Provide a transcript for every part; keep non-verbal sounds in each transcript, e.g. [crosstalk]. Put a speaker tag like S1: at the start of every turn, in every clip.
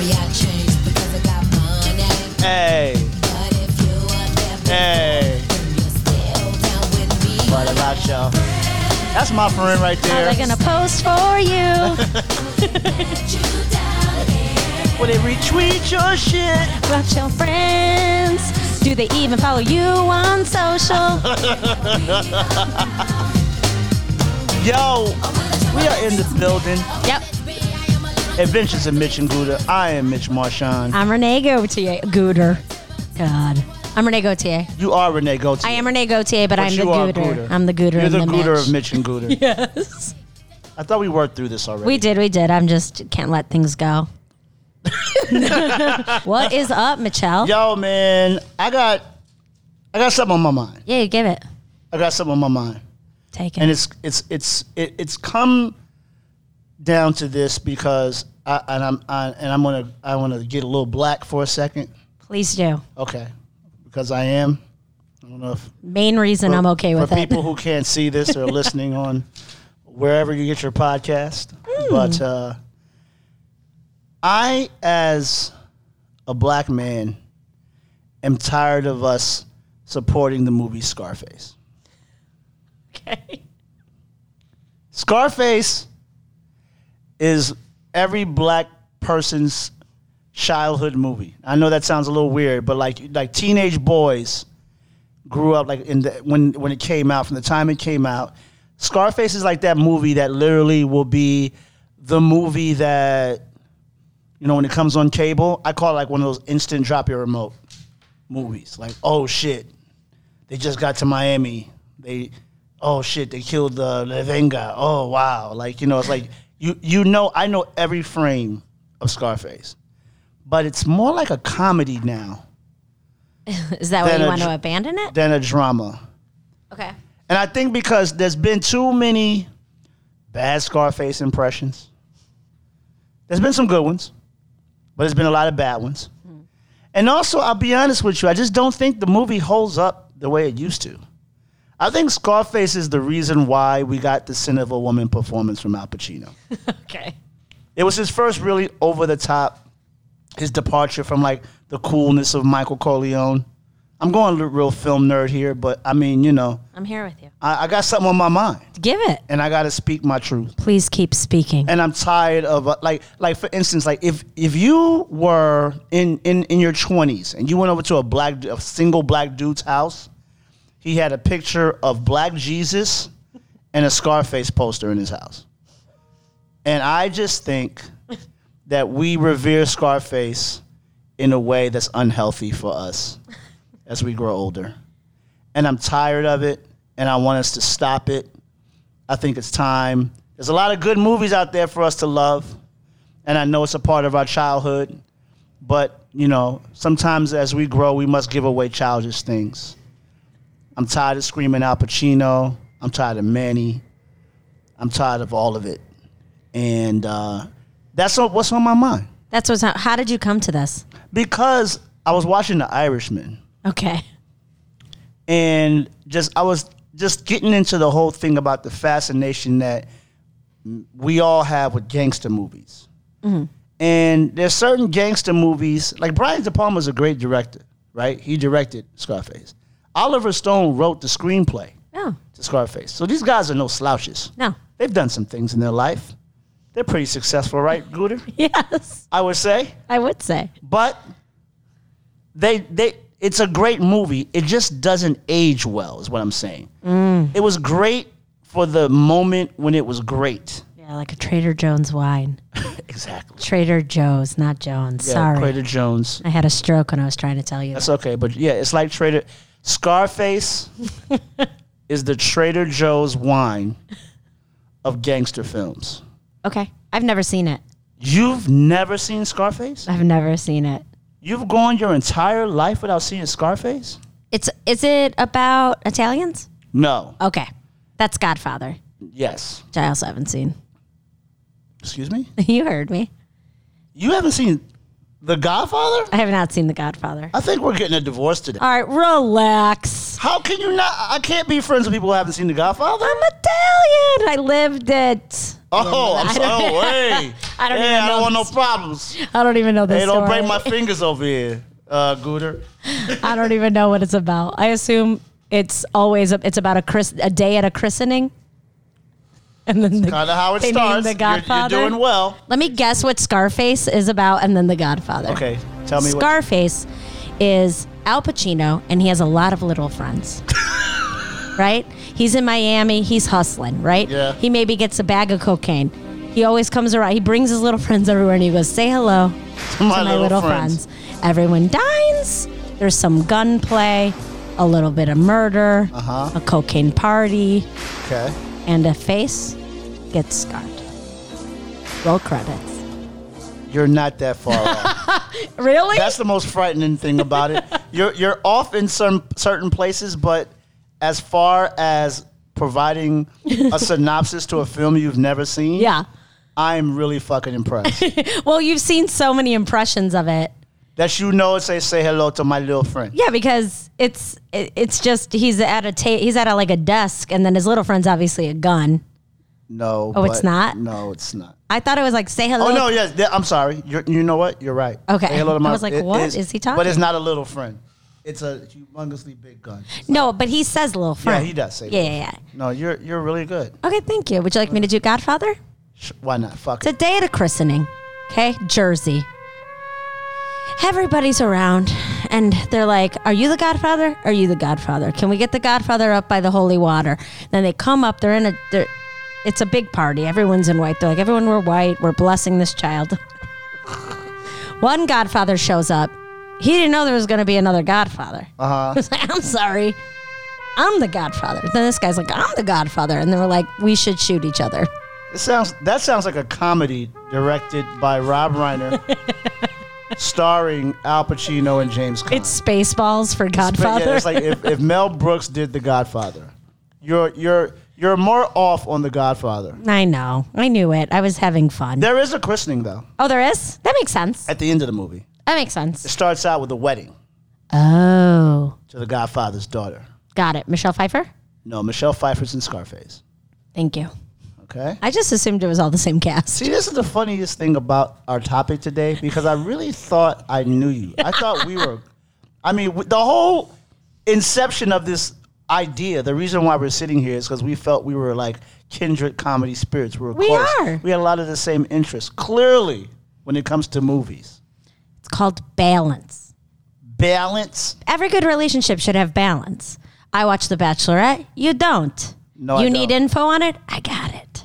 S1: happy I changed because I got money.
S2: Hey,
S1: But if you were there
S2: hey.
S1: before, you're still down with me.
S2: What about y'all? That's my friend right
S3: Are
S2: there.
S3: they Oh, gonna post for you?
S1: You down there.
S2: Will they retweet your shit?
S3: About your friends? Do they even follow you on social?
S2: [laughs] Yo, we are in the building.
S3: yep.
S2: Adventures of Mitch and Gouda. I am Mitch Marchand.
S3: I'm Renee Gautier. Gooder. God. I'm Renee Gautier.
S2: You are Renee Gautier.
S3: I am Renee Gautier, but,
S2: But
S3: I'm the
S2: you are
S3: Gooder. I'm the Gooder.
S2: You're
S3: and
S2: the Gooder
S3: Mitch.
S2: of Mitch and Gouda.
S3: [laughs] Yes.
S2: I thought we worked through this already.
S3: We did, we did. I'm just can't let
S2: [laughs]
S3: things go. what is up, Michelle?
S2: Yo, man, I got, I got something on my mind.
S3: Yeah, you give it.
S2: I got something on my mind,
S3: Take it.
S2: and it's it's it's it, it's come down to this because I and I'm I, and I'm gonna I want to get a little black for a second.
S3: Please do.
S2: Okay, because I am. I don't know if
S3: Main reason I'm okay with
S2: for
S3: it.
S2: people who can't see this or listening on wherever you get your podcast.
S3: Hmm.
S2: But uh, I, as a black man, am tired of us supporting the movie Scarface.
S3: Okay.
S2: Scarface is every black person's childhood movie. I know that sounds a little weird, but like like teenage boys grew up like in the, when when it came out from the time it came out. Scarface is like that movie that literally will be the movie that you know when it comes on cable. I call it like one of those instant drop your remote movies. Like oh shit, they just got to Miami. They, oh shit, they killed the La Venga. Oh wow, like you know, it's like you you know, I know every frame of Scarface, but it's more like a comedy now
S3: [laughs] Is that why
S2: Then
S3: you
S2: a
S3: want to
S2: dr-
S3: abandon it?
S2: than a drama.
S3: Okay.
S2: And I think because there's been too many bad Scarface impressions. There's been some good ones, but there's been a lot of bad ones. And also, I'll be honest with you, I just don't think the movie holds up the way it used to. I think Scarface is the reason why we got the Sin of a Woman performance from Al Pacino.
S3: [laughs] Okay.
S2: It was his first really over the top, his departure from like the coolness of Michael Corleone. I'm going a real film nerd here, but I mean, you know,
S3: I'm here with you.
S2: I, I got something on my mind
S3: Give it.
S2: and I gotta speak my truth.
S3: Please keep speaking.
S2: And I'm tired of uh, like like for instance, like if if you were in in in your 20s and you went over to a black a single black dude's house, he had a picture of Black Jesus and a Scarface poster in his house. And I just think that we revere Scarface in a way that's unhealthy for us as we grow older. And I'm tired of it and I want us to stop it. I think it's time. There's a lot of good movies out there for us to love, and I know it's a part of our childhood. But you know, sometimes as we grow, we must give away childish things. I'm tired of screaming Al Pacino. I'm tired of Manny. I'm tired of all of it, and uh, that's on- what's on my mind.
S3: That's what's not, how did you come to this?
S2: Because I was watching The Irishman,
S3: Okay.
S2: and just I was just getting into the whole thing about the fascination that we all have with gangster movies. And there's certain gangster movies, like Brian De Palma's a great director, right? He directed Scarface. Oliver Stone wrote the screenplay
S3: Oh,
S2: to Scarface. So these guys are no slouches.
S3: no.
S2: They've done some things in their life. They're pretty successful, right, Gooder?
S3: [laughs] Yes,
S2: I would say
S3: I would say.
S2: but they they it's a great movie. It just doesn't age well, is what I'm saying. It was great for the moment when it was great.
S3: Yeah, like a Trader Joe's wine.
S2: Exactly.
S3: Trader Joe's, not Jones. Sorry.
S2: Trader Jones.
S3: I had a stroke when I was trying to tell you.
S2: That's okay, but yeah, it's like Trader Scarface is the Trader Joe's wine of gangster films.
S3: Okay. I've never seen it.
S2: You've never seen Scarface?
S3: I've never seen it.
S2: You've gone your entire life without seeing Scarface?
S3: It's is it about Italians?
S2: No.
S3: Okay. That's Godfather,
S2: Yes.
S3: which I also haven't seen. [laughs]
S2: Excuse me?
S3: you heard me.
S2: You haven't seen The Godfather?
S3: I have not seen The Godfather.
S2: I think we're getting a divorce today.
S3: All right, relax.
S2: How can you not? I can't be friends with people who haven't seen The Godfather.
S3: I'm Italian. I lived it.
S2: Oh, I'm
S3: [laughs] I
S2: so,
S3: don't-
S2: oh, hey.
S3: [laughs] I don't
S2: hey,
S3: even
S2: I
S3: know
S2: don't want no
S3: this-
S2: problems.
S3: I don't even know this
S2: Hey, don't
S3: story.
S2: break my fingers over here, uh, Gooter.
S3: I don't even know what it's about. I assume it's always a, it's about a chris a day at a christening, and then the,
S2: Kind of how it
S3: they name
S2: starts.
S3: The
S2: You're-
S3: Godfather.
S2: You're, doing well.
S3: Let me guess what Scarface is about, and then The Godfather.
S2: Okay, tell me what.
S3: Scarface is Al Pacino, and he has a lot of
S2: [laughs]
S3: little friends. right? He's in Miami. He's hustling. Right?
S2: Yeah.
S3: He maybe gets a bag of cocaine. He always comes around. He brings his little friends everywhere, and he goes, "Say
S2: [laughs]
S3: hello
S2: My,
S3: to my little friends. Everyone dines. There's some gunplay, a little bit of murder,
S2: Uh-huh.
S3: a cocaine party,
S2: Okay.
S3: and a face gets scarred. Roll credits.
S2: You're not that far
S3: [laughs]
S2: off.
S3: Really?
S2: That's the most frightening thing about
S3: [laughs]
S2: it. You're you're off in some certain places, but as far as providing
S3: [laughs]
S2: a synopsis to a film you've never seen,
S3: yeah.
S2: I'm really fucking
S3: [laughs]
S2: impressed.
S3: Well, you've seen so many impressions of it.
S2: that you know it's a say hello to my little friend.
S3: Yeah, because it's it, it's just he's at a ta- he's at a, like a desk, and then his little friend's obviously a gun.
S2: No.
S3: Oh, it's
S2: but-
S3: not?
S2: No, it's not.
S3: I thought it was like say hello.
S2: Oh no, yes. th- I'm sorry. You're, you know what? You're right.
S3: Okay.
S2: Say hello to
S3: I
S2: my.
S3: was like,
S2: it
S3: what is he
S2: But it's
S3: talking?
S2: not a little friend. It's a humongously big gun.
S3: No, but he says little
S2: Yeah,
S3: friend.
S2: he does say.
S3: Yeah, yeah, yeah.
S2: No, you're you're really good.
S3: Okay, thank you. Would you like me to do Godfather?
S2: Sh- Why not? Fuck it.
S3: It's a day at a christening, okay? Jersey. Everybody's around and they're like, Are you the godfather? Are you the godfather? Can we get the godfather up by the holy water? Then they come up, they're in a, they're, it's a big party. Everyone's in white. They're like, Everyone, we're white. We're blessing this child. [laughs] One godfather shows up. He didn't know there was going to be another godfather. Uh-huh. [laughs] He's like, I'm sorry. I'm the godfather. Then this guy's like, I'm the godfather. And they were like, We should shoot each other.
S2: It sounds that sounds like a comedy directed by Rob
S3: [laughs]
S2: Reiner, starring Al Pacino and James Caan.
S3: It's Spaceballs for
S2: But yeah,
S3: Godfather.
S2: it's like if, if Mel Brooks did The Godfather, you're you're you're more off on The Godfather.
S3: [laughs] I know. I knew it. I was having fun.
S2: There is a christening though
S3: oh, there is? That makes sense.
S2: at the end of the movie.
S3: That makes
S2: It
S3: sense.
S2: starts out with a wedding
S3: Oh,
S2: to the Godfather's daughter.
S3: got it. Michelle Pfeiffer?
S2: No, Michelle Pfeiffer's in Scarface.
S3: Thank you.
S2: Okay.
S3: I just assumed it was all the same cast.
S2: See, this is the funniest thing about our topic today because I really thought I knew you. I thought we were. I mean, w- the whole inception of this idea, the reason why we're sitting here is because we felt we were like kindred comedy spirits. We were
S3: We
S2: close.
S3: are.
S2: We had a lot of the same interests. Clearly, when it comes to movies,
S3: It's called balance.
S2: balance.
S3: Every good relationship should have balance. I watch The Bachelorette. You don't.
S2: No, I
S3: You need
S2: don't.
S3: info on it? I got it. [laughs]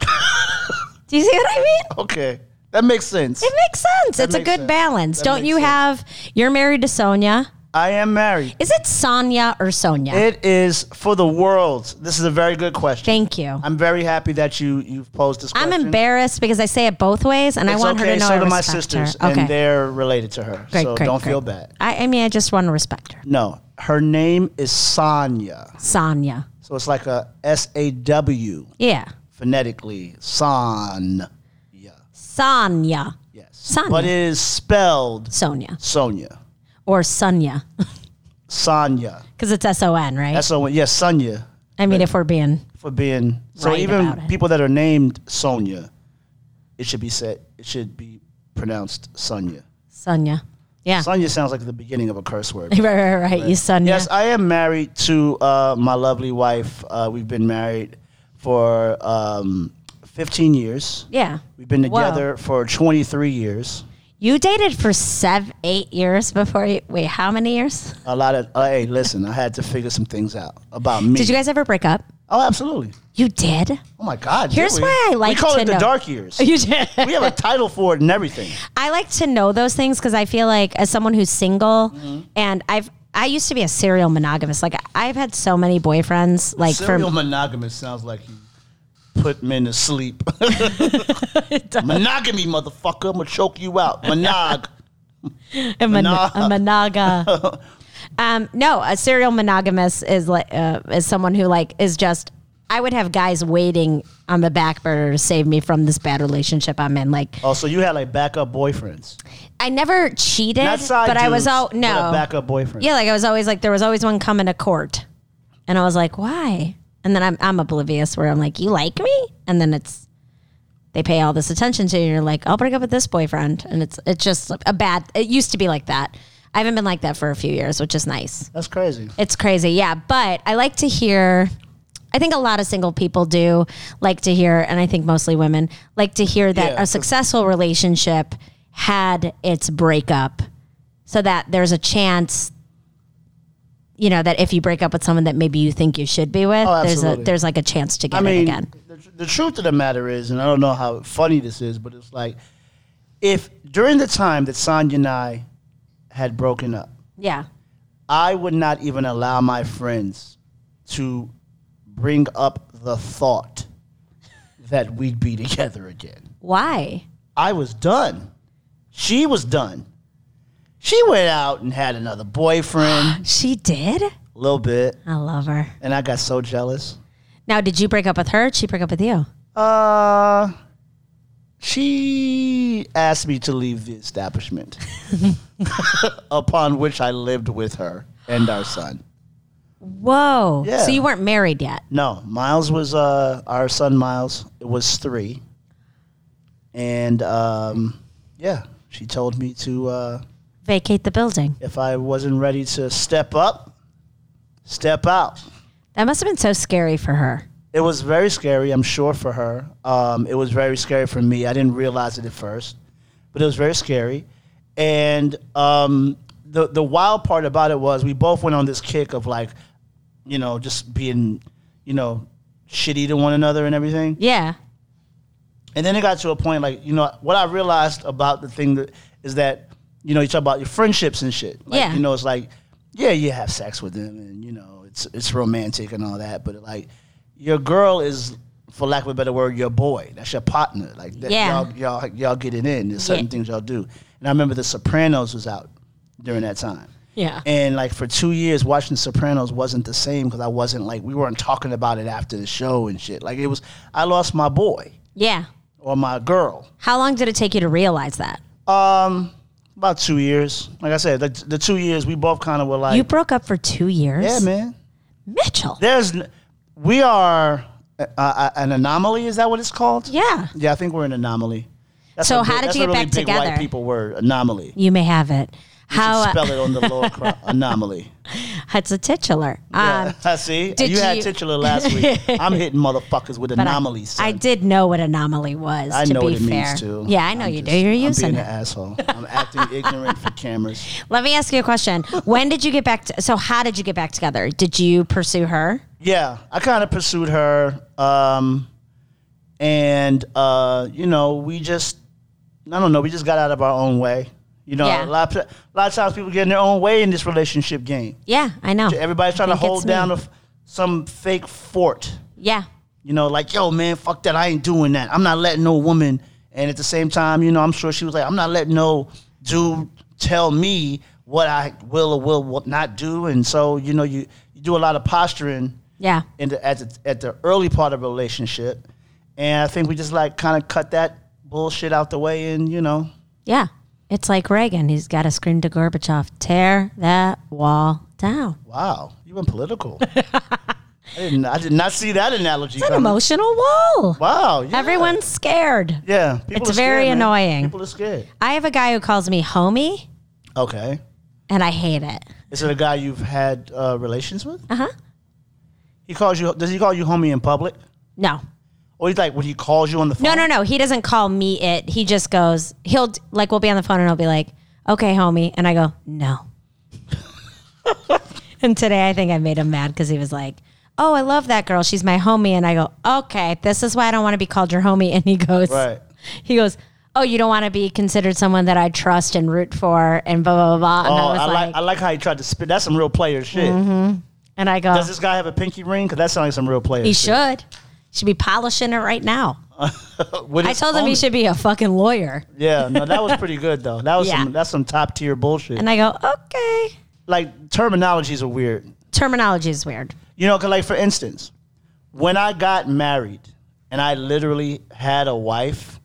S3: Do you see what I mean?
S2: Okay, that makes sense.
S3: It makes sense. it's a
S2: makes
S3: good
S2: sense.
S3: balance.
S2: That
S3: don't
S2: makes
S3: you
S2: sense.
S3: have, you're married to Sonia.
S2: I am married.
S3: Is it Sonia or Sonia?
S2: It is for the world. This is a very good question.
S3: Thank you.
S2: I'm very happy that you you've posed this.
S3: I'm
S2: question.
S3: embarrassed because I say it both ways, and I
S2: It's
S3: want
S2: okay.
S3: her to know
S2: so
S3: I
S2: do my
S3: respect
S2: sisters,
S3: her. Okay,
S2: and they're related to her.
S3: great,
S2: so
S3: great,
S2: don't
S3: great.
S2: feel bad.
S3: I, I mean, I just want to respect her,
S2: No, her name is Sonya.
S3: Sonia.
S2: So it's like a S A W
S3: Yeah,
S2: phonetically. Son.
S3: Sonia,
S2: Yes.
S3: Sonya.
S2: But it is spelled
S3: Sonia,
S2: Sonia.
S3: or [laughs] Sonia,
S2: Sonya.
S3: because it's S O N, right?
S2: That's the one. Yes, Sonya
S3: I mean, if we're being
S2: for being. So
S3: Right about
S2: even
S3: it.
S2: people that are named Sonia, it should be said, it should be pronounced Sonia.
S3: Sonia, yeah,
S2: Sonia sounds like the beginning of a curse word.
S3: [laughs] right, right, right, you Sonia.
S2: Yes, I am married to uh, my lovely wife. Uh, we've been married for um, 15 years.
S3: yeah,
S2: We've been
S3: Whoa.
S2: together for 23 years.
S3: You dated for seven, eight years before you. Wait, how many years?
S2: A lot of, uh, hey, listen, I had to figure some things out about me.
S3: Did you guys ever break up?
S2: oh, absolutely.
S3: You did.
S2: Oh, my God. did
S3: Here's
S2: we?
S3: why I like
S2: We call
S3: to
S2: it the
S3: know-
S2: dark years.
S3: [laughs] You did.
S2: we have a title for it and everything.
S3: I like to know those things because I feel like as someone who's single,
S2: Mm-hmm.
S3: and I've I used to be a serial monogamous. Like I've had so many boyfriends. [laughs] Like
S2: Serial
S3: for
S2: monogamous sounds like you put men to sleep. [laughs] Monogamy, motherfucker. I'm going to choke you out. Monog.
S3: [laughs] [laughs] a, mon-
S2: Monog.
S3: a monaga.
S2: [laughs]
S3: um, no, a serial monogamous is like uh, is someone who like is just. I would have guys waiting on the back burner to save me from this bad relationship I'm in. Like
S2: oh, so you had like backup boyfriends.
S3: I never cheated,
S2: Not side
S3: but I was
S2: dudes,
S3: all
S2: but a
S3: no
S2: backup boyfriend.
S3: Yeah, like I was always like there was always one coming to court, and I was like, why? And then I'm I'm oblivious where I'm like, you like me, and then it's they pay all this attention to you. You're like, I'll break up with this boyfriend, and it's it's just a bad. It used to be like that. I haven't been like that for a few years, which is nice.
S2: That's crazy.
S3: It's crazy, yeah. But I like to hear. I think a lot of single people do like to hear, and I think mostly women like to hear that
S2: Yeah,
S3: a
S2: 'cause-
S3: successful relationship had its breakup, so that there's a chance. You know that if you break up with someone that maybe you think you should be with,
S2: Oh,
S3: there's a
S2: absolutely.
S3: there's like a chance to get
S2: I mean,
S3: it again.
S2: The, tr- the truth of the matter is, and I don't know how funny this is, but it's like if during the time that Sonya and I had broken up,
S3: Yeah,
S2: I would not even allow my friends to bring up the thought that we'd be [laughs] together again.
S3: why?
S2: I was done. She was done. She went out and had another
S3: [gasps]
S2: boyfriend,
S3: She did.
S2: a little bit,
S3: I love her.
S2: and I got so jealous.
S3: Now, did you break up with her? Did she break up with you?
S2: Uh, she asked me to leave the establishment, [laughs] upon which I lived with her and our son.
S3: Whoa!
S2: Yeah.
S3: So you weren't married yet.
S2: No, Miles was uh, our son. Miles was three, and um, yeah, she told me to uh,
S3: Vacate the building.
S2: if I wasn't ready to step up, step out.
S3: That must have been so scary for her.
S2: It was very scary, I'm sure, for her. Um, it was very scary for me. I didn't realize it at first, but it was very scary. And um, the the wild part about it was we both went on this kick of like, you know, just being, you know, shitty to one another and everything.
S3: Yeah.
S2: And then it got to a point like, you know, what I realized about the thing that is that, you know, you talk about your friendships and shit. Like,
S3: Yeah.
S2: You know, it's like, yeah, you have sex with them and, you know, it's it's romantic and all that, but like your girl is for lack of a better word, your boy. That's your partner. Like that
S3: Yeah.
S2: y'all y'all y'all get it in. There's certain
S3: Yeah.
S2: things y'all do. And I remember the Sopranos was out during that time.
S3: Yeah.
S2: And like for two years, watching Sopranos wasn't the same because I wasn't like we weren't talking about it after the show and shit. Like it was, I lost my boy
S3: Yeah.
S2: or my girl.
S3: How long did it take you to realize that?
S2: Um, about two years. Like I said, the, the two years we both kind of were like,
S3: you broke up for two years?
S2: yeah, man.
S3: Mitchell.
S2: There's, n- we are uh, uh, an anomaly. Is that what it's called?
S3: yeah.
S2: Yeah, I think we're an anomaly. That's
S3: So
S2: a big-
S3: how did
S2: that's
S3: you
S2: a
S3: get
S2: really
S3: back
S2: big
S3: together?
S2: White people word anomaly.
S3: You may have it. How uh,
S2: How spell it on the lower cro- anomaly?
S3: [laughs] it's a titular. Um,
S2: [laughs] I see.
S3: did
S2: you had
S3: you-
S2: titular last
S3: [laughs]
S2: week. I'm hitting motherfuckers with
S3: I-
S2: anomalies. son.
S3: I did know what anomaly was.
S2: I
S3: to
S2: know
S3: be
S2: what it
S3: fair.
S2: means to.
S3: Yeah, I know
S2: I'm
S3: you do.
S2: just-
S3: You're
S2: I'm
S3: using
S2: being
S3: it.
S2: an asshole. I'm acting ignorant for cameras.
S3: Let me ask you
S2: [laughs]
S3: a question. When did you get back? To, so how did you get back together? Did you pursue her?
S2: yeah, I kind of pursued her, um, and uh, you know, we just, I don't know, we just got out of our own way. You know,
S3: Yeah.
S2: a lot, of, a lot of times people get in their own way in this relationship game.
S3: Yeah, I know.
S2: Everybody's trying to
S3: think
S2: hold
S3: it's me.
S2: down a f some fake fort.
S3: Yeah.
S2: You know, like yo, man, fuck that. I ain't doing that. I'm not letting no woman. And at the same time, you know, I'm sure she was like, I'm not letting no dude tell me what I will or will will not do. And so, you know, you, you do a lot of posturing
S3: Yeah.
S2: in the, at, the, at the early part of a relationship. And I think we just like kind of cut that bullshit out the way and, you know,
S3: Yeah. It's like Reagan. He's got to scream to Gorbachev, tear that wall down.
S2: wow, you went
S3: [laughs]
S2: political. I, didn't, I did not see that analogy.
S3: an
S2: coming.
S3: emotional wall.
S2: Wow. yeah.
S3: Everyone's scared.
S2: Yeah. people
S3: It's
S2: are scared,
S3: very
S2: man.
S3: annoying.
S2: People are scared.
S3: I have a guy who calls me homie,
S2: Okay.
S3: and I hate it.
S2: Is it a guy you've had uh, relations with?
S3: Uh huh.
S2: He calls you. Does he call you homie in public?
S3: No.
S2: Or he's like when he calls you on the phone.
S3: No, no, no. He doesn't call me it. He just goes, he'll, d- like, we'll be on the phone and he'll be like, okay, homie. And I go, no. [laughs] and today I think I made him mad because he was like, oh, I love that girl. She's my homie. And I go, okay, this is why I don't want to be called your homie. And he goes,
S2: Right.
S3: he goes, oh, you don't want to be considered someone that I trust and root for and blah, blah, blah. blah.
S2: Oh,
S3: And
S2: I like, I like how he tried to spit. That's some real player shit.
S3: Mm-hmm. and I go,
S2: Does this guy have a pinky ring? Because that sounds like some real player.
S3: He
S2: shit.
S3: should. Should be polishing it right now.
S2: With
S3: I
S2: his
S3: told him he
S2: homie.
S3: should be a fucking lawyer.
S2: Yeah, no, that was pretty good though. That was
S3: Yeah.
S2: some, that's some top tier bullshit.
S3: And I go, okay.
S2: like terminologies are weird.
S3: Terminology is weird.
S2: You know, 'cause, like for instance, when I got married and I literally had a wife,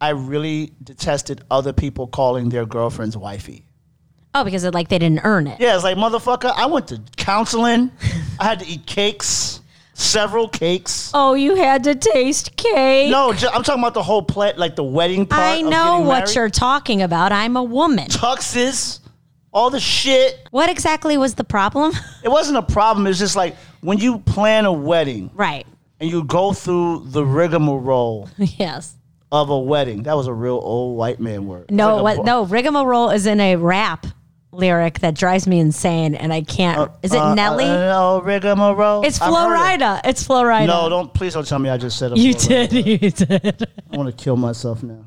S2: I really detested other people calling their girlfriends wifey.
S3: Oh, because it, like they didn't earn it.
S2: Yeah, it's like motherfucker. I went to counseling. I had to eat cakes. several cakes.
S3: Oh, you had to taste cake.
S2: No, ju- I'm talking about the whole plant, like the wedding part.
S3: I
S2: of
S3: know
S2: getting
S3: what
S2: married.
S3: you're talking about. I'm a woman.
S2: tuxes, all the shit.
S3: What exactly was the problem? [laughs]
S2: It wasn't a problem. It's just like when you plan a wedding
S3: right. [laughs]
S2: and you go through the rigmarole
S3: Yes.
S2: of a wedding. That was a real old white man word.
S3: No,
S2: Like a
S3: what, no, rigmarole is in a rap lyric that drives me insane and I can't. is it
S2: Uh,
S3: Nelly?
S2: uh, no, rigmarole.
S3: it's
S2: I've
S3: Flo
S2: heard it.
S3: Rida. It's Flo Rida.
S2: No, don't please don't tell me I just said a
S3: [laughs] You
S2: Flo Rida.
S3: did. You did.
S2: I want to kill myself now.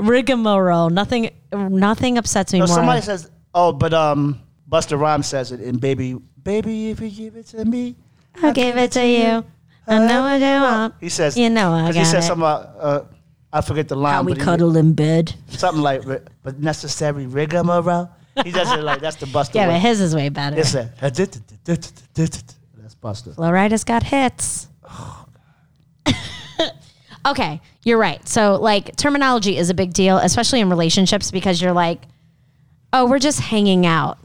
S3: Rigmarole. Nothing. Nothing upsets me
S2: No,
S3: more.
S2: somebody says, oh, but um, Buster Rhymes says it in Baby, Baby, if you give it to me. uh,
S3: I gave it to you. I know what you want.
S2: He says,
S3: You know I
S2: 'cause
S3: got
S2: he says
S3: it.
S2: something about, uh, I forget the line.
S3: How we
S2: but he-
S3: cuddle in bed.
S2: something like ri- but necessary rigmarole. He does it like that's the Buster.
S3: Yeah,
S2: way.
S3: but his is way better.
S2: It's a- that's Buster.
S3: Florida's got hits. [laughs] okay, you're right. So, like, terminology is a big deal, especially in relationships, because you're like, oh, we're just hanging out.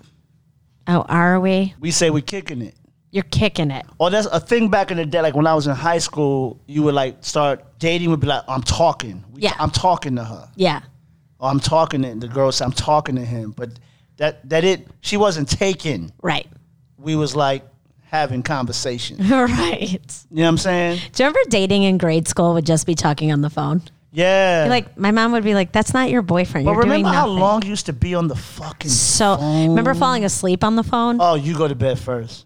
S3: Oh, are we?
S2: We say we're kicking it.
S3: You're kicking it.
S2: Oh, that's a thing back in the day. Like when I was in high school, you would like start dating. Would be like, I'm talking. We-
S3: Yeah.
S2: I'm talking to her.
S3: Yeah.
S2: Or I'm talking to the girl. Said, I'm talking to him. But that that it. She wasn't taken.
S3: Right. [laughs]
S2: We was like having conversation. You
S3: right.
S2: know what I'm saying?
S3: Do you remember dating in grade school would just be talking on the phone?
S2: Yeah.
S3: Like, my mom would be like, that's not your boyfriend.
S2: but
S3: You're doing
S2: remember how
S3: nothing.
S2: long you used to be on the fucking
S3: So, remember falling asleep on the phone?
S2: Oh, you go to bed
S3: [laughs]
S2: first.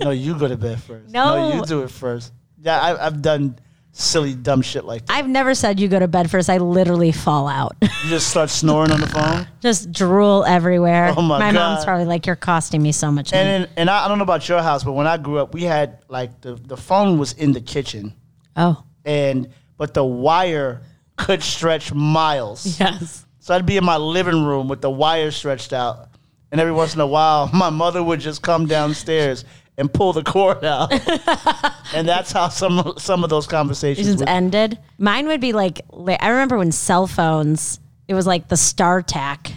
S2: no, you go to bed first.
S3: No.
S2: you do it first. Yeah, I, I've done silly, dumb shit like that.
S3: I've never said you go to bed first. I literally fall out. [laughs]
S2: You just start snoring on the phone,
S3: just drool everywhere.
S2: Oh my
S3: mom's
S2: God.
S3: probably like, "You're costing me so much." money."
S2: and then, and I, I don't know about your house, but when I grew up, we had like the the phone was in the kitchen,
S3: oh,
S2: and but the wire could stretch miles.
S3: yes.
S2: So I'd be in my living room with the wire stretched out, and every once in a while, [laughs] my mother would just come downstairs. And pull the cord
S3: [laughs]
S2: out, and that's how some some of those
S3: It
S2: conversations
S3: just
S2: would
S3: ended. Mine would be like, li- I remember when cell phones. It was like the StarTAC,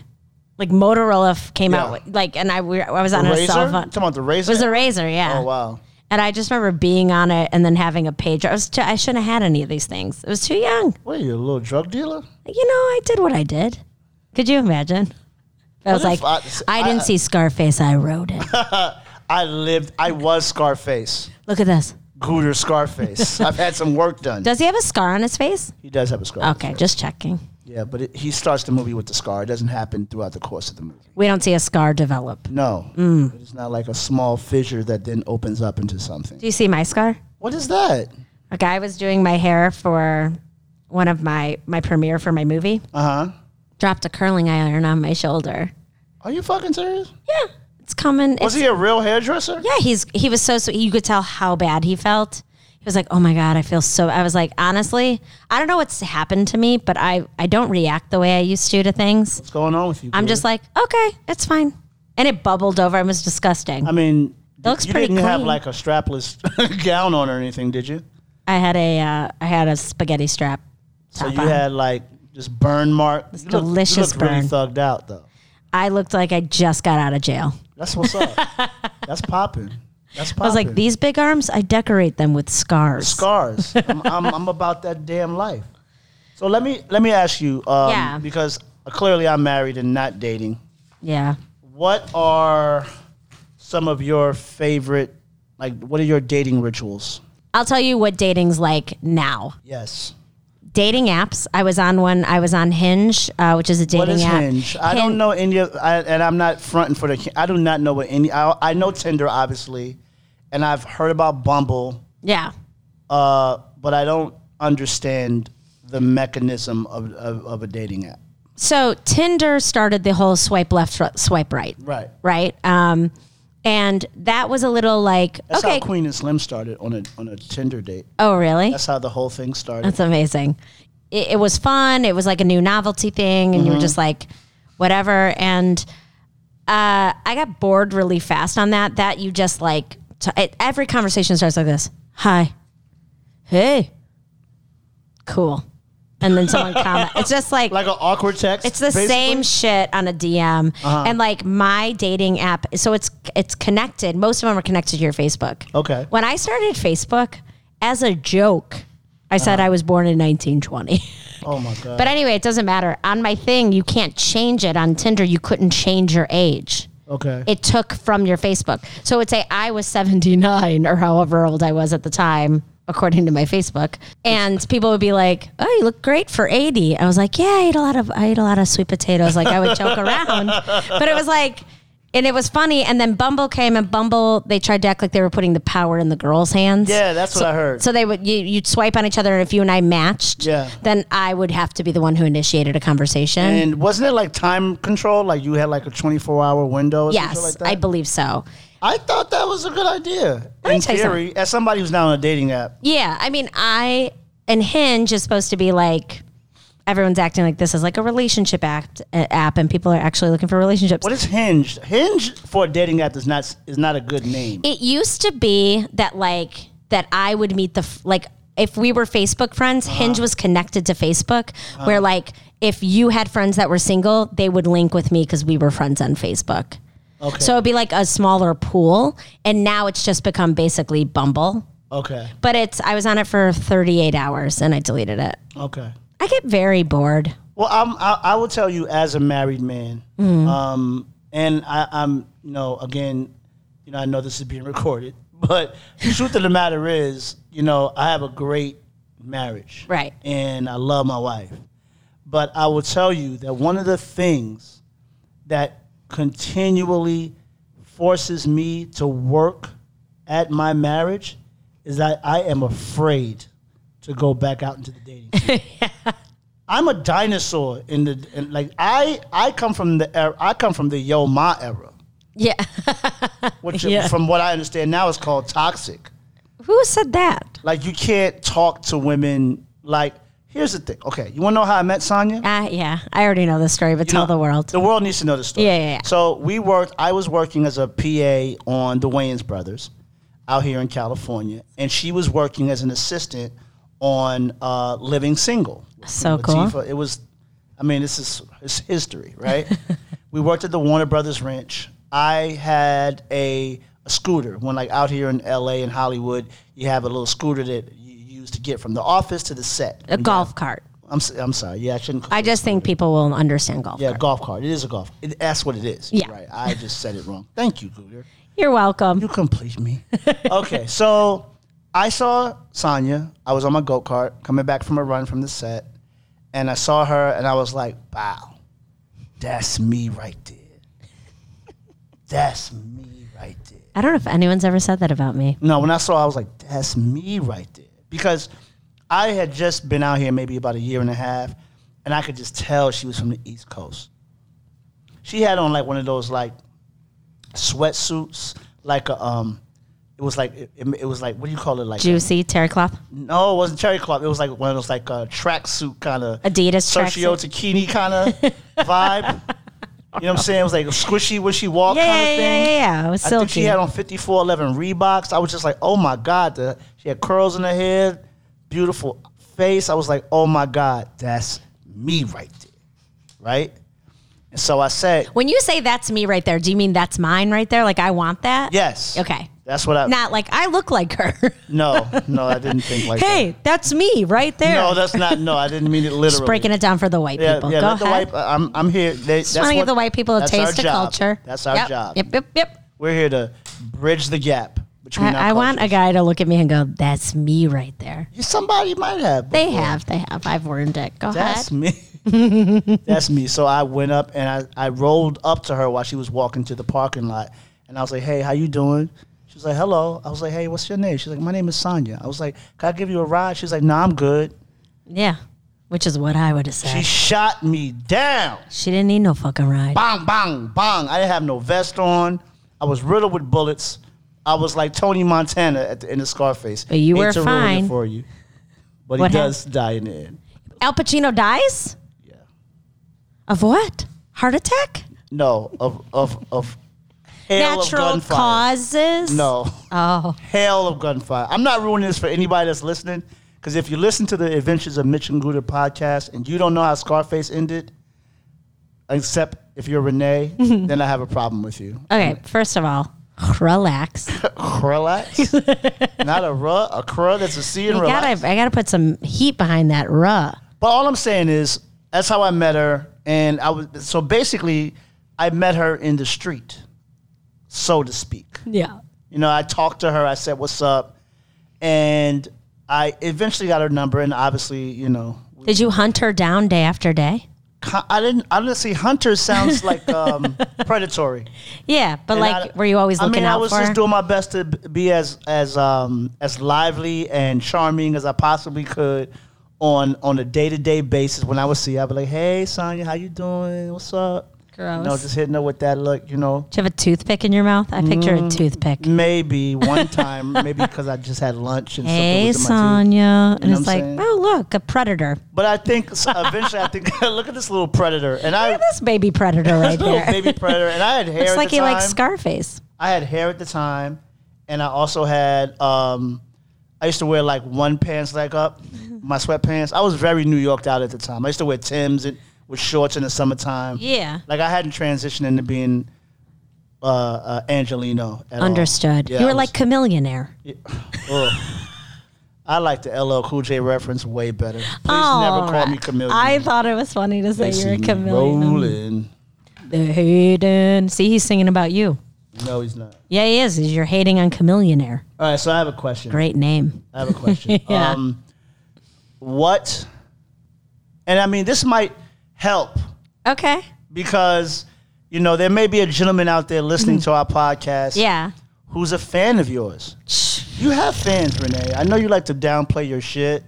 S3: like Motorola f- came out
S2: Yeah.
S3: with, like, and I we- I was on a
S2: razor?
S3: cell phone.
S2: Talking about the
S3: It
S2: razor?
S3: was a razor, yeah.
S2: Oh wow.
S3: And I just remember being on it and then having a pager. I was too, I shouldn't have had any of these things. It was too young.
S2: What are you, a little drug dealer?
S3: You know, I did what I did. Could you imagine? I was
S2: What
S3: like,
S2: if
S3: I,
S2: I-
S3: didn't see Scarface. I wrote
S2: [laughs]
S3: it.
S2: I lived I was Scarface.
S3: Look at this.
S2: Gooter Scarface.
S3: [laughs]
S2: I've had some work done.
S3: Does he have a scar on his face?
S2: he does have a scar.
S3: Okay, just checking.
S2: Yeah, but it, he starts the movie with the scar. It doesn't happen throughout the course of the movie.
S3: We don't see a scar develop.
S2: No.
S3: Mm.
S2: It's not like a small fissure that then opens up into something.
S3: Do you see my scar?
S2: What is that?
S3: A guy was doing my hair for one of my my premiere for my movie.
S2: Uh huh.
S3: Dropped a curling iron on my shoulder.
S2: Are you fucking serious?
S3: Yeah, it's coming.
S2: Was
S3: It's-
S2: he a real hairdresser?
S3: yeah, he's he was so sweet. You could tell how bad he felt. He was like, "Oh my god, I feel so." I was like, honestly, I don't know what's happened to me, but I I don't react the way I used to to things.
S2: What's going on with you?
S3: I'm
S2: Gooter?
S3: just like, okay, it's fine. And it bubbled over. It was disgusting.
S2: I mean
S3: It looks
S2: you
S3: pretty
S2: didn't have
S3: clean.
S2: like a strapless [laughs] gown on or anything, did you?
S3: I had a uh, I had a spaghetti strap.
S2: So
S3: top
S2: you
S3: on.
S2: had like just burn mark. You look- you
S3: delicious
S2: look really
S3: burn.
S2: thugged out though.
S3: I looked like I just got out of jail.
S2: That's what's
S3: [laughs]
S2: up. That's popping. That's popping.
S3: I was like, these big arms, I decorate them with scars.
S2: scars. I'm, I'm, I'm about that damn life. So let me let me ask you, um,
S3: Yeah.
S2: because clearly I'm married and not dating.
S3: yeah.
S2: What are some of your favorite, like, what are your dating rituals?
S3: I'll tell you what dating's like now.
S2: Yes.
S3: Dating apps. I was on one. I was on Hinge, uh, which is a dating
S2: What is
S3: app.
S2: Hinge? I don't
S3: Hin-
S2: know any of, I, and I'm not fronting for the. I do not know what any. I, I know Tinder obviously, and I've heard about Bumble.
S3: Yeah.
S2: uh, but I don't understand the mechanism of, of, of a dating app.
S3: So Tinder started the whole swipe left, r- swipe right.
S2: Right.
S3: Right. Um, and that was a little like
S2: That's
S3: okay.
S2: how Queen and Slim started on a on a Tinder date.
S3: oh, really?
S2: That's how the whole thing started.
S3: That's amazing. It, it was fun. It was like a new novelty thing, and you were
S2: Mm-hmm.
S3: just like, whatever. And uh, I got bored really fast on that. That you just like t- it, every conversation starts like this: "Hi, hey, cool, and
S2: [laughs]
S3: then someone comment. It's just like
S2: Like an awkward text.
S3: it's the
S2: basically?
S3: same shit on a DM. And like my dating app, so it's it's connected. Most of them are connected to your Facebook.
S2: Okay.
S3: When I started Facebook as a joke, I said I was born in 1920.
S2: Oh my god.
S3: [laughs] but anyway, it doesn't matter. On my thing, you can't change it. On Tinder, you couldn't change your age.
S2: okay.
S3: It took from your Facebook. So it would say I was 79 or however old I was at the time, according to my Facebook. And people would be like, "Oh, you look great for 80." I was like, "Yeah, I ate a lot of I ate a lot of sweet potatoes." Like I would joke around, but it was like. And it was funny, and then Bumble came, and Bumble they tried to act like they were putting the power in the girls' hands.
S2: yeah, that's what I heard.
S3: So they would you, you'd swipe on each other, and if you and I matched,
S2: Yeah.
S3: then I would have to be the one who initiated a conversation.
S2: and wasn't it like time control? Like you had like a 24 hour window? Or something
S3: yes,
S2: like that?
S3: I believe so.
S2: I thought that was a good idea.
S3: Let me
S2: in
S3: tell you
S2: theory, as somebody who's now on a dating app,
S3: Yeah, I mean, I and Hinge is supposed to be like everyone's acting like this is like a relationship act uh, app, and people are actually looking for relationships.
S2: what is Hinge? Hinge for a dating app is not is not a good name.
S3: it used to be that like that I would meet the f- like if we were Facebook friends,
S2: Uh-huh.
S3: Hinge was connected to Facebook, where like if you had friends that were single, they would link with me because we were friends on Facebook.
S2: Okay.
S3: So it'd be like a smaller pool, and now it's just become basically Bumble.
S2: okay.
S3: But it's I was on it for 38 hours and I deleted it.
S2: Okay.
S3: I get very bored.
S2: Well, I'm, I, I will tell you as a married man, um, and I, I'm, you know, again, you know, I know this is being [laughs] recorded, but the truth of the matter is, you know, I have a great marriage,
S3: Right.
S2: And I love my wife, but I will tell you that one of the things that continually forces me to work at my marriage is that I am afraid to go back out into the dating. scene. I'm a dinosaur in the in, like I I come from the era, I come from the yo ma era,
S3: Yeah.
S2: which
S3: Yeah.
S2: from what I understand now is called toxic.
S3: Who said that?
S2: Like you can't talk to women. Like here's the thing. Okay, you want to know how I met Sonya?
S3: Uh, yeah, I already know this story, but tell
S2: know,
S3: the world.
S2: The world needs to know the story.
S3: Yeah, yeah, yeah.
S2: So we worked. I was working as a PA on the Wayans Brothers out here in California, and she was working as an assistant on uh, Living Single.
S3: So
S2: With
S3: cool.
S2: Latifah. It was. I mean, this is it's history, right?
S3: [laughs]
S2: we worked at the Warner Brothers Ranch. I had a, a scooter when, like, out here in LA and Hollywood, you have a little scooter that you use to get from the office to the set.
S3: A golf cart.
S2: I'm, s- I'm sorry. Yeah, I shouldn't.
S3: I just think people will understand golf.
S2: Yeah,
S3: cart.
S2: golf cart. It is a golf. It, that's what it is.
S3: Yeah.
S2: Right. I just said it wrong. Thank you, Cougar.
S3: You're welcome.
S2: You complete me. okay, so I saw Sonya. I was on my go kart coming back from a run from the set, and I saw her, and I was like, "Wow, that's me right there. That's me right there."
S3: I don't know if anyone's ever said that about me.
S2: No, when I saw, her, I was like, "That's me right there," because I had just been out here maybe about a year and a half, and I could just tell she was from the East Coast. She had on like one of those like sweatsuits, like a um, it was like it, it was like what do you call it? Like
S3: Juicy terry cloth.
S2: no, it wasn't terry cloth. It was like one of those like uh, tracksuit kind of
S3: Adidas
S2: Sergio
S3: tracksuit.
S2: Tacchini kind of
S3: [laughs]
S2: vibe. You know what I'm saying? It was like squishy when she walked
S3: Yeah,
S2: kind of
S3: yeah,
S2: thing.
S3: yeah, yeah, yeah. It was
S2: I think she
S3: silky.
S2: had on 5411 Reeboks. I was just like, oh my God. The, she had curls in her head, beautiful face. I was like, oh my God, that's me right there. Right? And so I said,
S3: When you say that's me right there, do you mean that's mine right there? Like I want that?
S2: yes.
S3: Okay.
S2: That's what I.
S3: Not like I look like her.
S2: No, no, I didn't think
S3: [laughs]
S2: like
S3: hey, that's me right there.
S2: that. No, that's not. No, I didn't mean it literally.
S3: Just breaking it down for the white
S2: Yeah,
S3: people.
S2: yeah,
S3: Go
S2: let the
S3: ahead.
S2: white- I'm, I'm here. They,
S3: Just want to give the white people a
S2: that's our
S3: taste of
S2: job.
S3: culture.
S2: That's our
S3: Yep.
S2: job.
S3: Yep, yep, yep.
S2: We're here to bridge the gap between. our
S3: I, I want a
S2: cultures.
S3: guy to look at me and go, "That's me right there."
S2: Somebody might have.
S3: They
S2: before.
S3: have, they have. I've worn it. Go
S2: That's
S3: ahead.
S2: me. That's me. [laughs] So I went up and I, I rolled up to her while she was walking to the parking lot, and I was like, "Hey, how you doing?" She was like, "Hello." I was like, "Hey, what's your name?" She's like, "My name is Sonya." I was like, "Can I give you a ride?" She's like, "No, I'm good."
S3: Yeah, which is what I would have
S2: She
S3: said. She,
S2: shot me down.
S3: didn't need no fucking ride.
S2: Bang, bang, bang. I didn't have no vest on. I was riddled with bullets. I was like Tony Montana at the end of Scarface.
S3: But you
S2: Hate
S3: were
S2: to ruin it
S3: fine.
S2: for you. But
S3: What
S2: he does die in the end.
S3: Al Pacino dies
S2: Yeah.
S3: of what? Heart attack?
S2: No, of of of hail
S3: Natural
S2: of gunfire.
S3: causes?
S2: No,
S3: Oh,
S2: hail of gunfire. I'm not ruining this for anybody that's listening Because if you listen to the Adventures of Mitch and Gruder podcast and you don't know how Scarface ended, except if you're
S3: [laughs]
S2: Renee, then I have a problem with you.
S3: Okay, first of all,
S2: [laughs]
S3: relax. [laughs]
S2: Relax. Not a ruh, a cruh that's a C and
S3: You
S2: relax.
S3: gotta, I gotta put some heat behind that ruh.
S2: But all I'm saying is that's how I met her, and I was so basically I met her in the street, so to speak.
S3: Yeah.
S2: You know, I talked to her. I said, "What's up?" And I eventually got her number, and obviously, you know,
S3: Did you hunt her down day after day?
S2: co- I didn't. Honestly, Hunter sounds like um, predatory.
S3: Yeah, but
S2: And
S3: like,
S2: I-
S3: were you always
S2: I
S3: looking
S2: mean,
S3: out
S2: I was
S3: for
S2: just
S3: her?
S2: doing my best to b- be as as um, as lively and charming as I possibly could on on a day to day basis. When I would see, her, I'd be like, "Hey, Sonya, how you doing? What's up?"
S3: Gross.
S2: You know, just hitting her with that look. You know,
S3: Do you have a toothpick in your mouth? I picture
S2: Mm.
S3: a toothpick.
S2: maybe
S3: [laughs]
S2: one time, maybe because I just had lunch and something
S3: Hey,
S2: was in my teeth.
S3: Sonia. And
S2: know
S3: it's
S2: what I'm
S3: like,
S2: saying?
S3: oh, look, a predator.
S2: But I think
S3: [laughs]
S2: s- eventually, I think, [laughs] look at this little predator, and I.
S3: Look at this baby predator
S2: [laughs]
S3: right
S2: Little
S3: there.
S2: baby predator, and I had hair.
S3: Looks
S2: at
S3: like
S2: the
S3: he likes
S2: time.
S3: Scarface.
S2: I had hair at the time, and I also had um, I used to wear like one pants leg up,
S3: [laughs]
S2: my sweatpants. I was very New Yorked out at the time. I used to wear Tims and with shorts in the summertime.
S3: Yeah.
S2: like I hadn't transitioned into being uh, uh, Angelino. At all.
S3: Understood.
S2: Yeah,
S3: you were
S2: I was-
S3: like chameleonaire.
S2: ugh. I like the LL Cool J reference way better. Please
S3: All
S2: never call me
S3: right.
S2: chameleon.
S3: I thought it was funny to
S2: They
S3: say
S2: see
S3: you're a
S2: me
S3: chameleon. um,
S2: Rolling.
S3: The Hayden. See, he's singing about you.
S2: No, he's not.
S3: Yeah, he is. He's- You're hating on chameleonaire.
S2: All right, so I have a question.
S3: Great name.
S2: I have a question.
S3: [laughs] Yeah.
S2: um, what? And I mean, this might help
S3: Okay.
S2: because you know there may be a gentleman out there listening to our podcast,
S3: Mm-hmm. Yeah.
S2: who's a fan of yours. You have fans, Renee. I know you like to downplay your shit,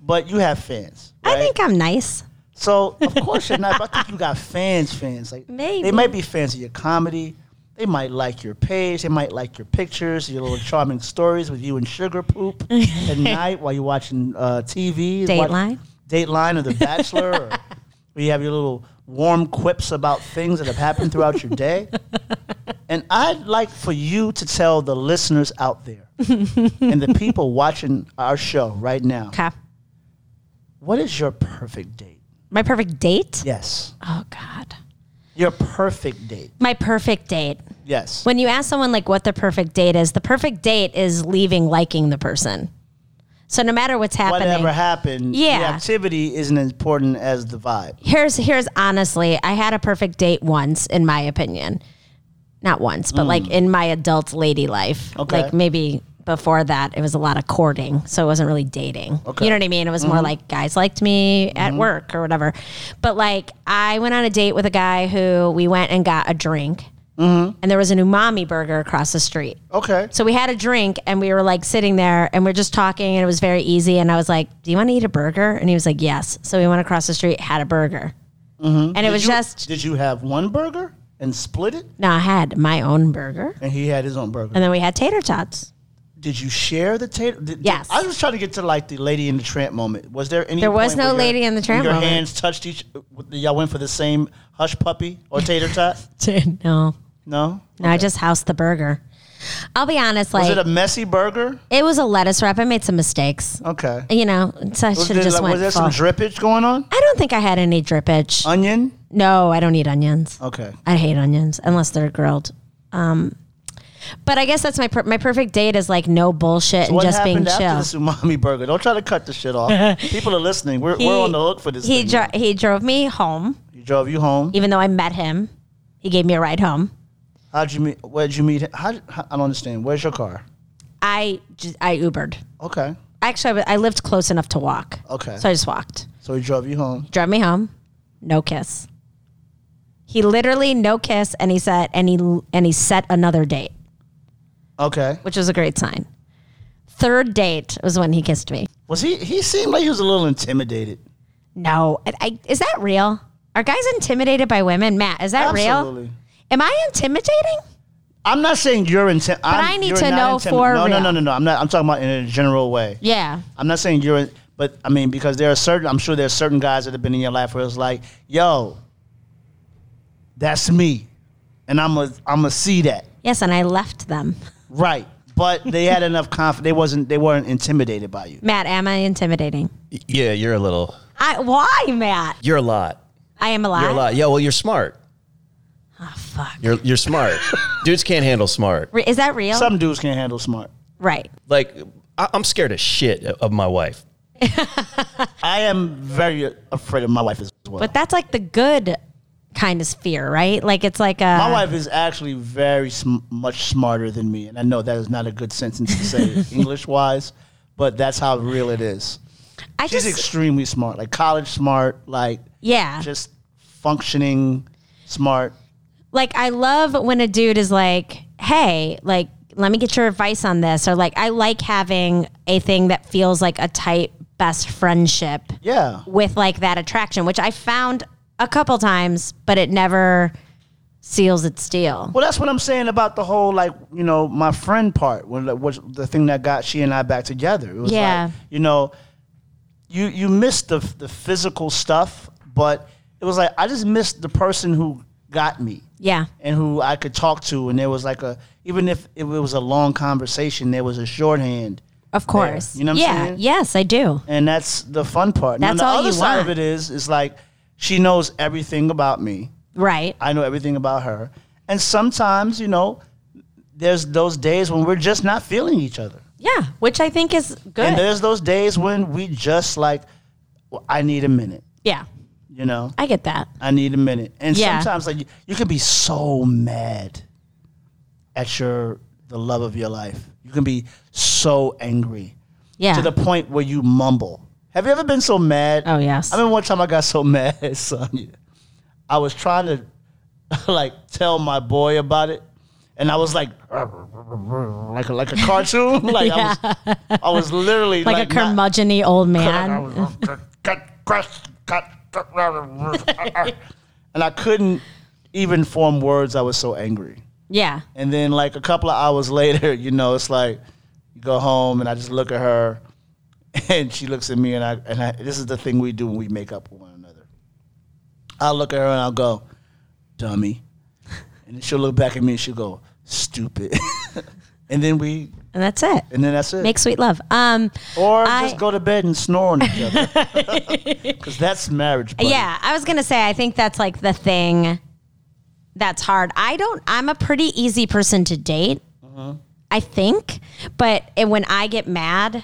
S2: but you have fans.
S3: I
S2: right?
S3: think I'm nice.
S2: so. Of course you're not. But I think you got fans. Fans like
S3: Maybe.
S2: they might be fans of your comedy. They might like your page. They might like your pictures, your little charming stories with you and sugar
S3: [laughs]
S2: poop at night while you're watching uh, TV. watch-
S3: Dateline?
S2: Dateline or The Bachelor.
S3: [laughs]
S2: or where you have your little warm quips about things that have happened throughout your day. And I'd like for you to tell the listeners out
S3: [laughs]
S2: there and the people watching our show right now
S3: Okay.
S2: what is your perfect date?
S3: My perfect date?
S2: Yes.
S3: Oh, God.
S2: Your perfect date.
S3: My perfect date.
S2: Yes.
S3: When you ask someone like what the perfect date is, the perfect date is leaving liking the person. So no matter what's happening,
S2: whatever happened,
S3: Yeah.
S2: the activity isn't as important as the vibe.
S3: here's here's honestly, I had a perfect date once, in my opinion. Not once, but like in my adult lady life.
S2: Mm. Okay.
S3: Like maybe before that, it was a lot of courting, so it wasn't really dating.
S2: Okay. Mm-hmm.
S3: You know what I mean? It was more like guys liked me at work or whatever. But like I went on a date with a guy who we went and got a drink,
S2: Mm-hmm.
S3: and there was an umami burger across the street.
S2: Okay.
S3: So we had a drink and we were like sitting there and we're just talking and it was very easy. And I was like, Do you want to eat a burger? And he was like, Yes. So we went across the street, had a burger. And it
S2: Mm-hmm. Did
S3: was
S2: you-
S3: just,
S2: Did you have one burger and split it?
S3: no, I had my own burger.
S2: And he had his own burger.
S3: And then we had tater tots. [laughs]
S2: Did you share the tater? Did, did-
S3: Yes.
S2: I was trying to get to like the Lady in the Tramp moment. Was there any?
S3: There was
S2: point
S3: no
S2: where your-
S3: Lady in the Tramp
S2: Your
S3: moment.
S2: hands touched each. Y'all went for the same hush puppy or tater tot? [laughs]
S3: no,
S2: No.
S3: no, I just housed the burger. I'll be honest,
S2: Was
S3: like,
S2: it a messy burger?
S3: it was a lettuce wrap. I made some mistakes.
S2: Okay.
S3: You know, so I
S2: Was there,
S3: should have just
S2: like, was
S3: went
S2: there
S3: full.
S2: some Uh, drippage going on?
S3: I don't think I had any drippage.
S2: Onion.
S3: No, I don't eat onions.
S2: Okay.
S3: I hate onions unless they're grilled. Um, but I guess that's my per- my perfect date is like no bullshit and
S2: What
S3: just being
S2: happened after
S3: chill.
S2: this umami burger? Don't try to cut the shit off.
S3: [laughs]
S2: People are listening. We're, we're on the hook for this.
S3: He
S2: thing.
S3: dro- he drove me home,
S2: he drove you home.
S3: even though I met him. He gave me a ride home.
S2: How'd you meet? Where'd you meet? him? How, how, I don't understand. Where's your car?
S3: I just, I Ubered.
S2: Okay.
S3: Actually, I wa- I lived close enough to walk.
S2: Okay.
S3: so I just walked.
S2: So he drove you home.
S3: Drove me home. No kiss. He literally no kiss, and he said, and he and he set another date,
S2: Okay.
S3: which was a great sign. Third date was when he kissed me.
S2: Was he? He seemed like he was a little intimidated.
S3: No, I, I, is that real? Are guys intimidated by women? Matt, is that real?
S2: Absolutely.
S3: Am I intimidating?
S2: I'm not saying you're intent. But
S3: I need to know for
S2: no,
S3: real.
S2: No, no, no, no. I'm not. I'm talking about in a general way.
S3: Yeah.
S2: I'm not saying you're. But I mean, because there are certain. I'm sure there are certain guys that have been in your life where it's like, yo, that's me, and I'm a. I'm a see that.
S3: Yes, and I left them.
S2: Right. but they had enough confidence. They wasn't. They weren't intimidated by you.
S3: Matt, am I intimidating?
S4: Yeah, you're a little.
S3: I why, Matt?
S4: You're a lot.
S3: I am alive.
S4: You're a lot. Yeah, well, you're smart.
S3: Oh, fuck.
S4: You're
S3: [laughs]
S4: you're smart. Dudes can't handle smart.
S3: Re- Is that real?
S2: Some dudes can't handle smart.
S3: right.
S4: Like I, I'm scared as shit of my wife.
S2: I am very afraid of my wife as well.
S3: But that's like the good kind of fear, right? Like it's like a
S2: my wife is actually very sm- much smarter than me, and I know that is not a good sentence to
S3: [laughs]
S2: say English wise, but that's how real it is.
S3: I
S2: She's
S3: just
S2: extremely smart, like college smart, like
S3: yeah.
S2: just functioning smart.
S3: like I love when a dude is like, "Hey, like let me get your advice on this," or like I like having a thing that feels like a tight best friendship
S2: Yeah,
S3: with like that attraction, which I found a couple times, but it never seals its deal.
S2: Well, that's what I'm saying about the whole like you know my friend part when like, was the thing that got she and I back together. It was
S3: Yeah.
S2: like you know, you you missed the the physical stuff, but it was like I just missed the person who got me
S3: Yeah.
S2: and who I could talk to, and there was like a even if it was a long conversation, there was a shorthand,
S3: Of course.
S2: You know what I'm
S3: yeah.
S2: saying?
S3: Yes, I do.
S2: and that's the fun part. Now,
S3: That's
S2: the
S3: all
S2: other
S3: you
S2: side of it
S3: want.
S2: is is like she knows everything about me.
S3: Right.
S2: I know everything about her. And sometimes, you know, there's those days when we're just not feeling each other.
S3: Yeah, which I think is
S2: And
S3: good.
S2: there's those days when we just like, well, I need a minute,
S3: Yeah.
S2: you know?
S3: I get that.
S2: I need a minute. And
S3: Yeah.
S2: sometimes, like, you, you can be so mad at your, the love of your life. You can be so angry
S3: Yeah.
S2: to the point where you mumble. Have you ever been so mad?
S3: Oh, yes.
S2: I remember one time I got so [laughs] mad, Sonya. I was trying to [laughs] like tell my boy about it, and I was like, [laughs] like a, like a cartoon, [laughs] like I was, I was literally
S3: like,
S2: like,
S3: a
S2: not- [laughs]
S3: curmudgeony old
S2: I
S3: man.
S2: was- cut, crust, cut, cut, [laughs] and I couldn't even form words. I was so angry.
S3: Yeah.
S2: And then like a couple of hours [laughs] later, you know, it's like you go home and I just look at her [laughs] and she looks at me and I and I, this is the thing we do when we make up with one another. I'll look at her and I'll go, dummy. [laughs] And then she'll look back at me and she'll go, stupid. [laughs] and then we
S3: And that's it.
S2: and then that's it.
S3: Make sweet love. Um
S2: or
S3: I-
S2: just go to bed and snore on each other.
S3: [laughs]
S2: Cause that's marriage. Buddy.
S3: Yeah, I was gonna say. I think that's like the thing that's hard. I don't. I'm a pretty easy person to date.
S2: Uh-huh.
S3: I think, but it, when I get mad,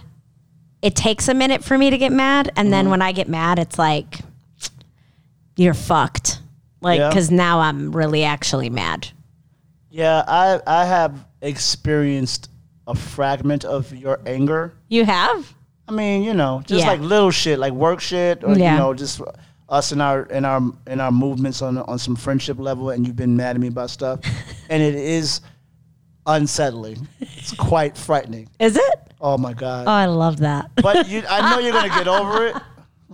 S3: it takes a minute for me to get mad, and
S2: Uh-huh.
S3: then when I get mad, it's like you're fucked. Like,
S2: Yeah.
S3: because now I'm really actually mad.
S2: Yeah, I I have experienced a fragment of your anger.
S3: You have?
S2: I mean, you know, just
S3: Yeah.
S2: like little shit, like work shit, or
S3: Yeah.
S2: you know, just us and our and our and our movements on on some friendship level. And you've been mad at me about
S3: [laughs]
S2: stuff, and it is unsettling. It's quite frightening.
S3: Is it?
S2: Oh my god!
S3: Oh, I love that.
S2: But you, I know you're gonna get over it.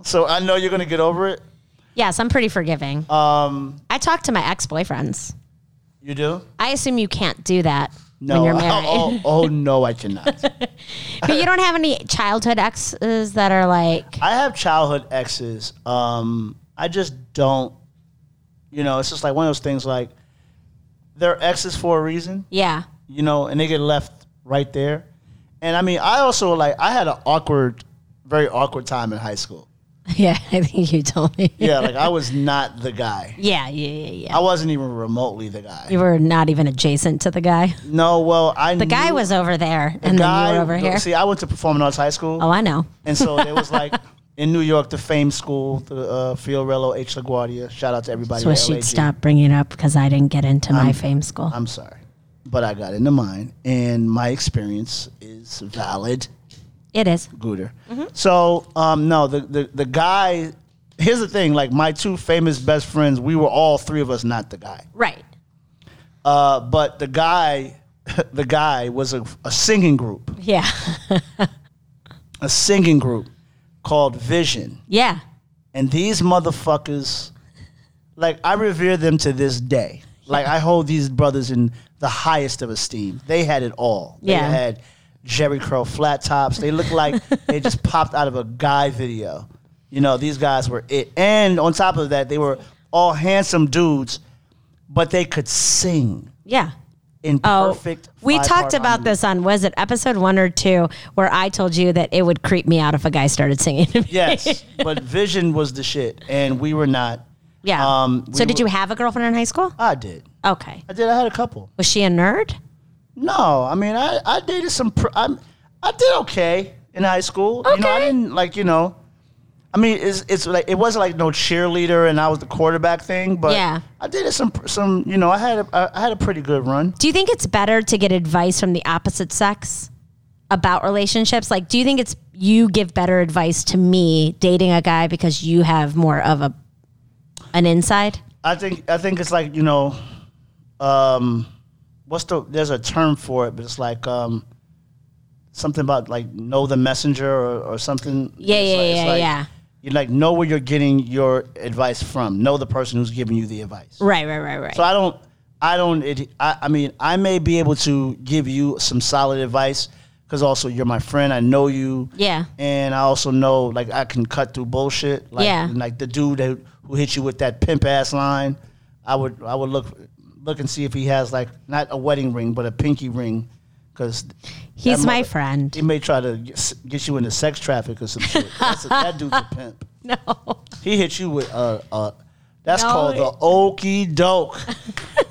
S2: So I know you're gonna get over it.
S3: [laughs] yes, I'm pretty forgiving. Um, I talk to my ex boyfriends.
S2: You do?
S3: I assume you can't do that
S2: No.
S3: when you're
S2: [laughs]
S3: married.
S2: Oh, oh, oh, no, I cannot.
S3: But you don't have any childhood exes that are like,
S2: I have childhood exes. Um, I just don't. You know, it's just like one of those things. Like they're exes for a reason.
S3: yeah,
S2: you know, and they get left right there. And I mean, I also like I had an awkward, very awkward time in high
S3: [laughs]
S2: school.
S3: [laughs] yeah. I think you told me.
S2: Yeah, like I was not the guy.
S3: yeah, yeah, yeah. yeah.
S2: I wasn't even remotely the guy.
S3: You were not even adjacent to the guy.
S2: No, well, I
S3: The guy was over there, and then you were over here.
S2: See, I went to performing arts high school,
S3: oh, I know.
S2: and so there was like [laughs] in New York the Fame School, the uh, Fiorello H Laguardia. Shout out to everybody.
S3: So
S2: at
S3: she'd
S2: LAG.
S3: stop bringing it up because I didn't get into my fame school.
S2: I'm sorry, but I got into mine, and my experience is valid.
S3: it is.
S2: Gooder. So um, no, the, the the guy. Here's the thing: like my two famous best friends, we were all three of us not the guy.
S3: Right.
S2: Uh, but the guy, [laughs] the guy was a, a singing group,
S3: Yeah. [laughs]
S2: a singing group called Vision,
S3: Yeah.
S2: and these motherfuckers, like I revere them to this day. Like I hold these brothers in the highest of esteem. They had it all. They
S3: Yeah.
S2: had Jerry Crow flat tops. They looked like
S3: [laughs]
S2: they just popped out of a guy video. You know, these guys were it. And on top of that, they were all handsome dudes, but they could sing.
S3: Yeah.
S2: in perfect.
S3: Oh, we
S2: five-part
S3: talked about
S2: harmony.
S3: this on was it episode one or two where I told you that it would creep me out if a guy started singing. to me. [laughs]
S2: Yes, but Vision was the shit, and we were not.
S3: yeah.
S2: Um, we
S3: so did
S2: were-
S3: you have a girlfriend in high school?
S2: I did.
S3: Okay.
S2: I did. I had a couple.
S3: Was she a nerd?
S2: No, I mean, I, I dated some. Pr- I'm, I did okay in high school. You know, I
S3: Okay.
S2: didn't like you know. I mean, it's it's like it wasn't like no cheerleader and I was the quarterback thing, but
S3: Yeah.
S2: I did some pr- some you know I had a, I- I had a pretty good run.
S3: Do you think it's better to get advice from the opposite sex about relationships? Like, do you think it's you give better advice to me dating a guy because you have more of a an inside?
S2: I think I think it's like you know, um, what's the there's a term for it, but it's like um, something about like know the messenger or, or something.
S3: Yeah,
S2: It's
S3: yeah,
S2: like- it's
S3: yeah,
S2: like
S3: yeah.
S2: You like know where you're getting your advice from. Know the person who's giving you the advice.
S3: Right, right, right, right.
S2: So I don't, I don't. It, I, I mean, I may be able to give you some solid advice because also you're my friend. I know you.
S3: Yeah.
S2: And I also know like I can cut through bullshit. Like,
S3: Yeah.
S2: Like the dude that, who hit you with that pimp ass line, I would I would look look and see if he has like not a wedding ring but a pinky ring because
S3: He's my
S2: mother-
S3: friend.
S2: he may try to get get you into sex traffic or some shit. That's a, that dude's a pimp.
S3: [laughs] no.
S2: He hit you with uh, uh that's
S3: No,
S2: called
S3: it-
S2: the okie doke. [laughs]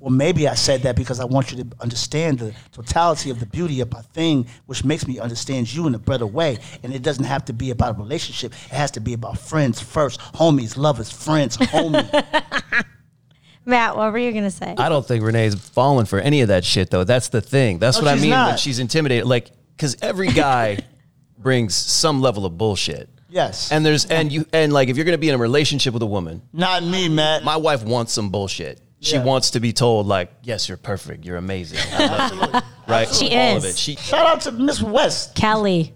S2: well, maybe I said that because I want you to understand the totality of the beauty of my thing, which makes me understand you in a better way. And it doesn't have to be about a relationship. It has to be about friends first, homies, lovers, friends,
S3: [laughs]
S2: homie.
S3: Matt, what were you going to say?
S4: I don't think Renee's falling for any of that shit, though. That's the thing. That's
S2: No,
S4: what I
S2: she's
S4: mean when
S2: not.
S4: she's intimidated. Like, because
S2: [laughs]
S4: every guy brings some level of bullshit.
S2: yes.
S4: And there's and you and like if you're gonna be in a relationship with a woman,
S2: not me, Matt.
S4: my wife wants some bullshit. She
S2: Yeah.
S4: wants to be told like, yes, you're perfect, you're amazing, I love you.
S2: [laughs]
S4: right?
S3: She
S4: All
S3: is.
S4: of it. She,
S2: Shout out to Miss West,
S3: Kelly.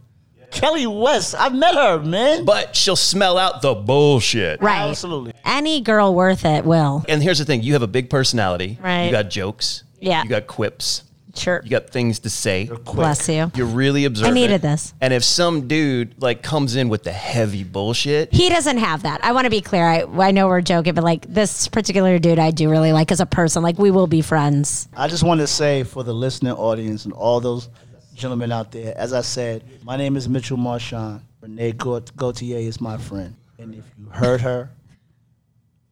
S2: Kelly West. I met her, man.
S4: but she'll smell out the bullshit.
S3: Right.
S2: Absolutely.
S3: Any girl worth it will.
S4: And here's the thing: you have a big personality.
S3: Right.
S4: You got jokes.
S3: Yeah.
S4: You got quips.
S3: Sure.
S4: You got things to say.
S3: Bless you.
S4: You're really observant.
S3: needed this.
S4: And if some dude like comes in with the heavy bullshit,
S3: He doesn't have that. I want to be clear. I, I know we're joking, but like this particular dude, I do really like as a person. Like we will be friends.
S2: I just want to say for the listening audience and all those gentlemen out there, as I said, my name is Mitchell Marchand. Renee Gaut- Gautier is my friend. And if you hurt her,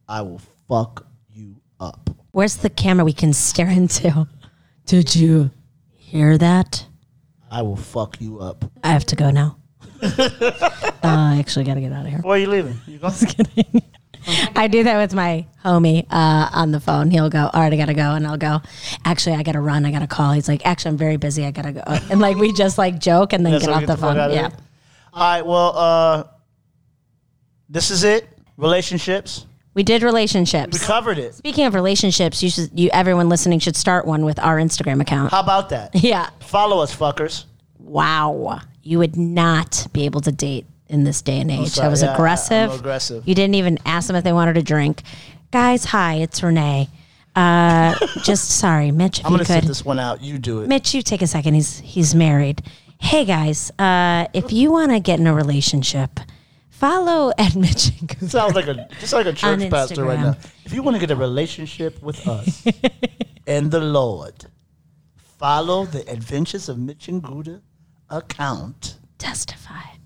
S2: I will fuck you up.
S3: Where's the camera we can stare into? Did you hear that?
S2: I will fuck you up.
S3: I have to go
S2: [laughs]
S3: now. uh, I actually got to get out of here.
S2: Where are you leaving? You [laughs] going?
S3: I do that with my homie uh, on the phone. He'll go, all right, I got to go. And I'll go, actually, I got to run. I got to call. He's like, actually, I'm very busy. I got to go. And like, we just like joke and then
S2: That's
S3: get
S2: how we
S3: off the
S2: fuck
S3: phone.
S2: out of
S3: Yeah.
S2: here. All right, well, uh, this is it. Relationships.
S3: We did
S2: We
S3: relationships.
S2: covered it.
S3: Speaking of relationships, you should, you, everyone listening should start one with our Instagram account.
S2: How about that?
S3: [laughs] Yeah.
S2: Follow us, fuckers.
S3: Wow. You would not be able to date in this day and age.
S2: sorry.
S3: that was
S2: Yeah, I- I'm
S3: aggressive.
S2: aggressive.
S3: You didn't even ask them if they wanted a drink. Guys, hi, it's Renee.
S2: [laughs]
S3: Uh, just sorry, Mitch, if
S2: I'm
S3: you
S2: going to
S3: could.
S2: sit this one out. You do it.
S3: Mitch, you take a second. He's he's married. Hey guys, uh, if you want to get in a relationship, follow at Mitch and
S2: [laughs]
S3: Cooper.
S2: Sounds like a just like a church
S3: On
S2: pastor right now.
S3: Instagram.
S2: If you want to get a relationship with
S3: [laughs]
S2: us and the Lord, follow the Adventures of Mitch and Gouda account.
S3: Testify.